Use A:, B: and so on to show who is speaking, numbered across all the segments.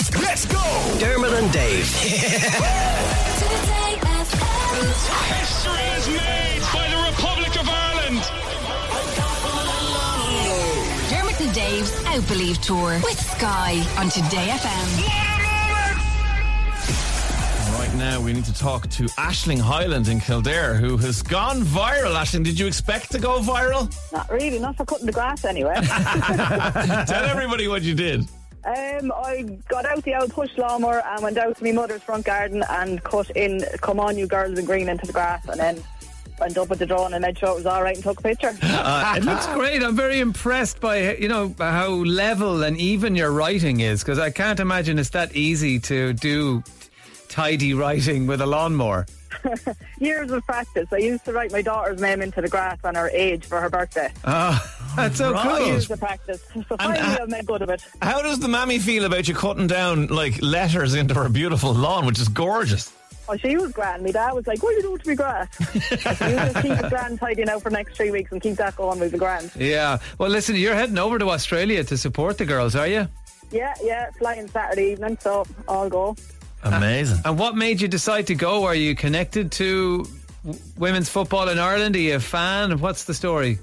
A: Let's go!
B: Dermot and Dave.
C: Today FM.
D: History is made by the Republic of Ireland.
E: Dermot and Dave's Outbelieve Tour with Sky on Today FM.
F: Right now, we need to talk to Ashling Highland in Kildare, who has gone viral. Ashling, did you expect to go viral?
G: Not really, not for cutting the grass anyway.
F: Tell everybody what you did.
G: um, I got out the old push lawnmower and went out to my mother's front garden and cut in Come On You Girls in Green into the grass and then went up with the drone and made sure it was alright and took a picture.
H: It looks great. I'm very impressed by you know how level and even your writing is because I can't imagine it's that easy to do tidy writing with a lawnmower.
G: Years of practice. I used to write my daughter's name into the grass and her age for her birthday.
H: That's so
F: Right.
G: Years of practice. So finally I made good of it.
F: How does the mammy feel about you cutting down like letters into her beautiful lawn, which is gorgeous?
G: Oh, she was grand. My dad was like, what are you doing to me grass? I said, you just keep it grand tidy now for the next three weeks and keep that going with the grand.
H: cool. Yeah. Well, listen, you're heading over to Australia to support the girls, are you?
G: Yeah, yeah, flying Saturday evening, so I'll go.
F: Amazing.
H: And what made you decide to go? Are you connected to w- women's football in Ireland? Are you a fan? What's the story?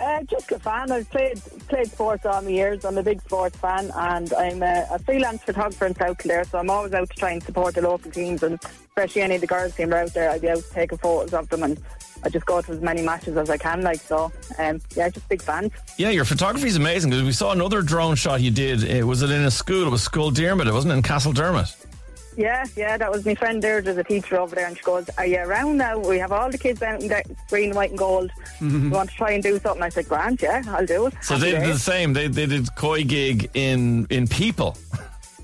G: Uh, just a fan. I've played played sports all my years. I'm a big sports fan, and I'm a, a freelance photographer in South Kildare. So I'm always out to try and support the local teams, and especially any of the girls' team are out there. I'd be out taking photos of them, and I just go to as many matches as I can. Like so, um, yeah, just big fans.
F: Yeah, your photography is amazing because we saw another drone shot you did. It was it in a school? It was School Dermot. It wasn't in Castle Dermot.
G: Yeah, yeah, that was my friend there. There's a teacher over there, and she goes, Are you around now? We have all the kids out in that green, white, and gold. We want to try and do something. I said, Grand, yeah, I'll do it.
F: Mm-hmm. So
G: Happy
F: they did
G: days.
F: the same. They, they did koi gig in in people.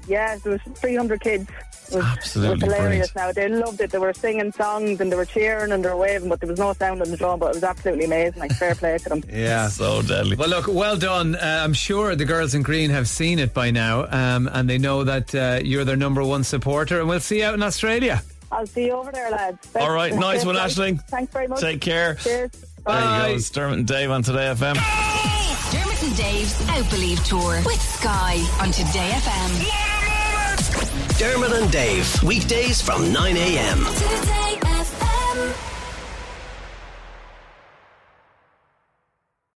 G: Yeah, there was 300 kids. It was,
F: Absolutely
G: it was hilarious
F: brilliant.
G: now. They loved it. They were singing songs and they were cheering and they were waving, but there was no sound on the drum, but it was absolutely amazing. Like, fair play to them.
H: Yeah.
F: So deadly.
H: Well, look, well done. Uh, I'm sure the girls in green have seen it by now, um, and they know that uh, you're their number one supporter. And we'll see you out in Australia.
G: I'll see you over there, lads. Best-
F: All right, nice
G: best
F: one,
G: lads.
F: Aisling.
G: Thanks very much.
F: Take care.
G: Cheers.
F: There
H: Bye.
F: you go. It's Dermot and Dave on Today FM.
E: Dermot and Dave's Outbelieve Tour with Sky on Today FM.
B: Dermot and Dave. Weekdays from 9 a.m.
C: Today FM.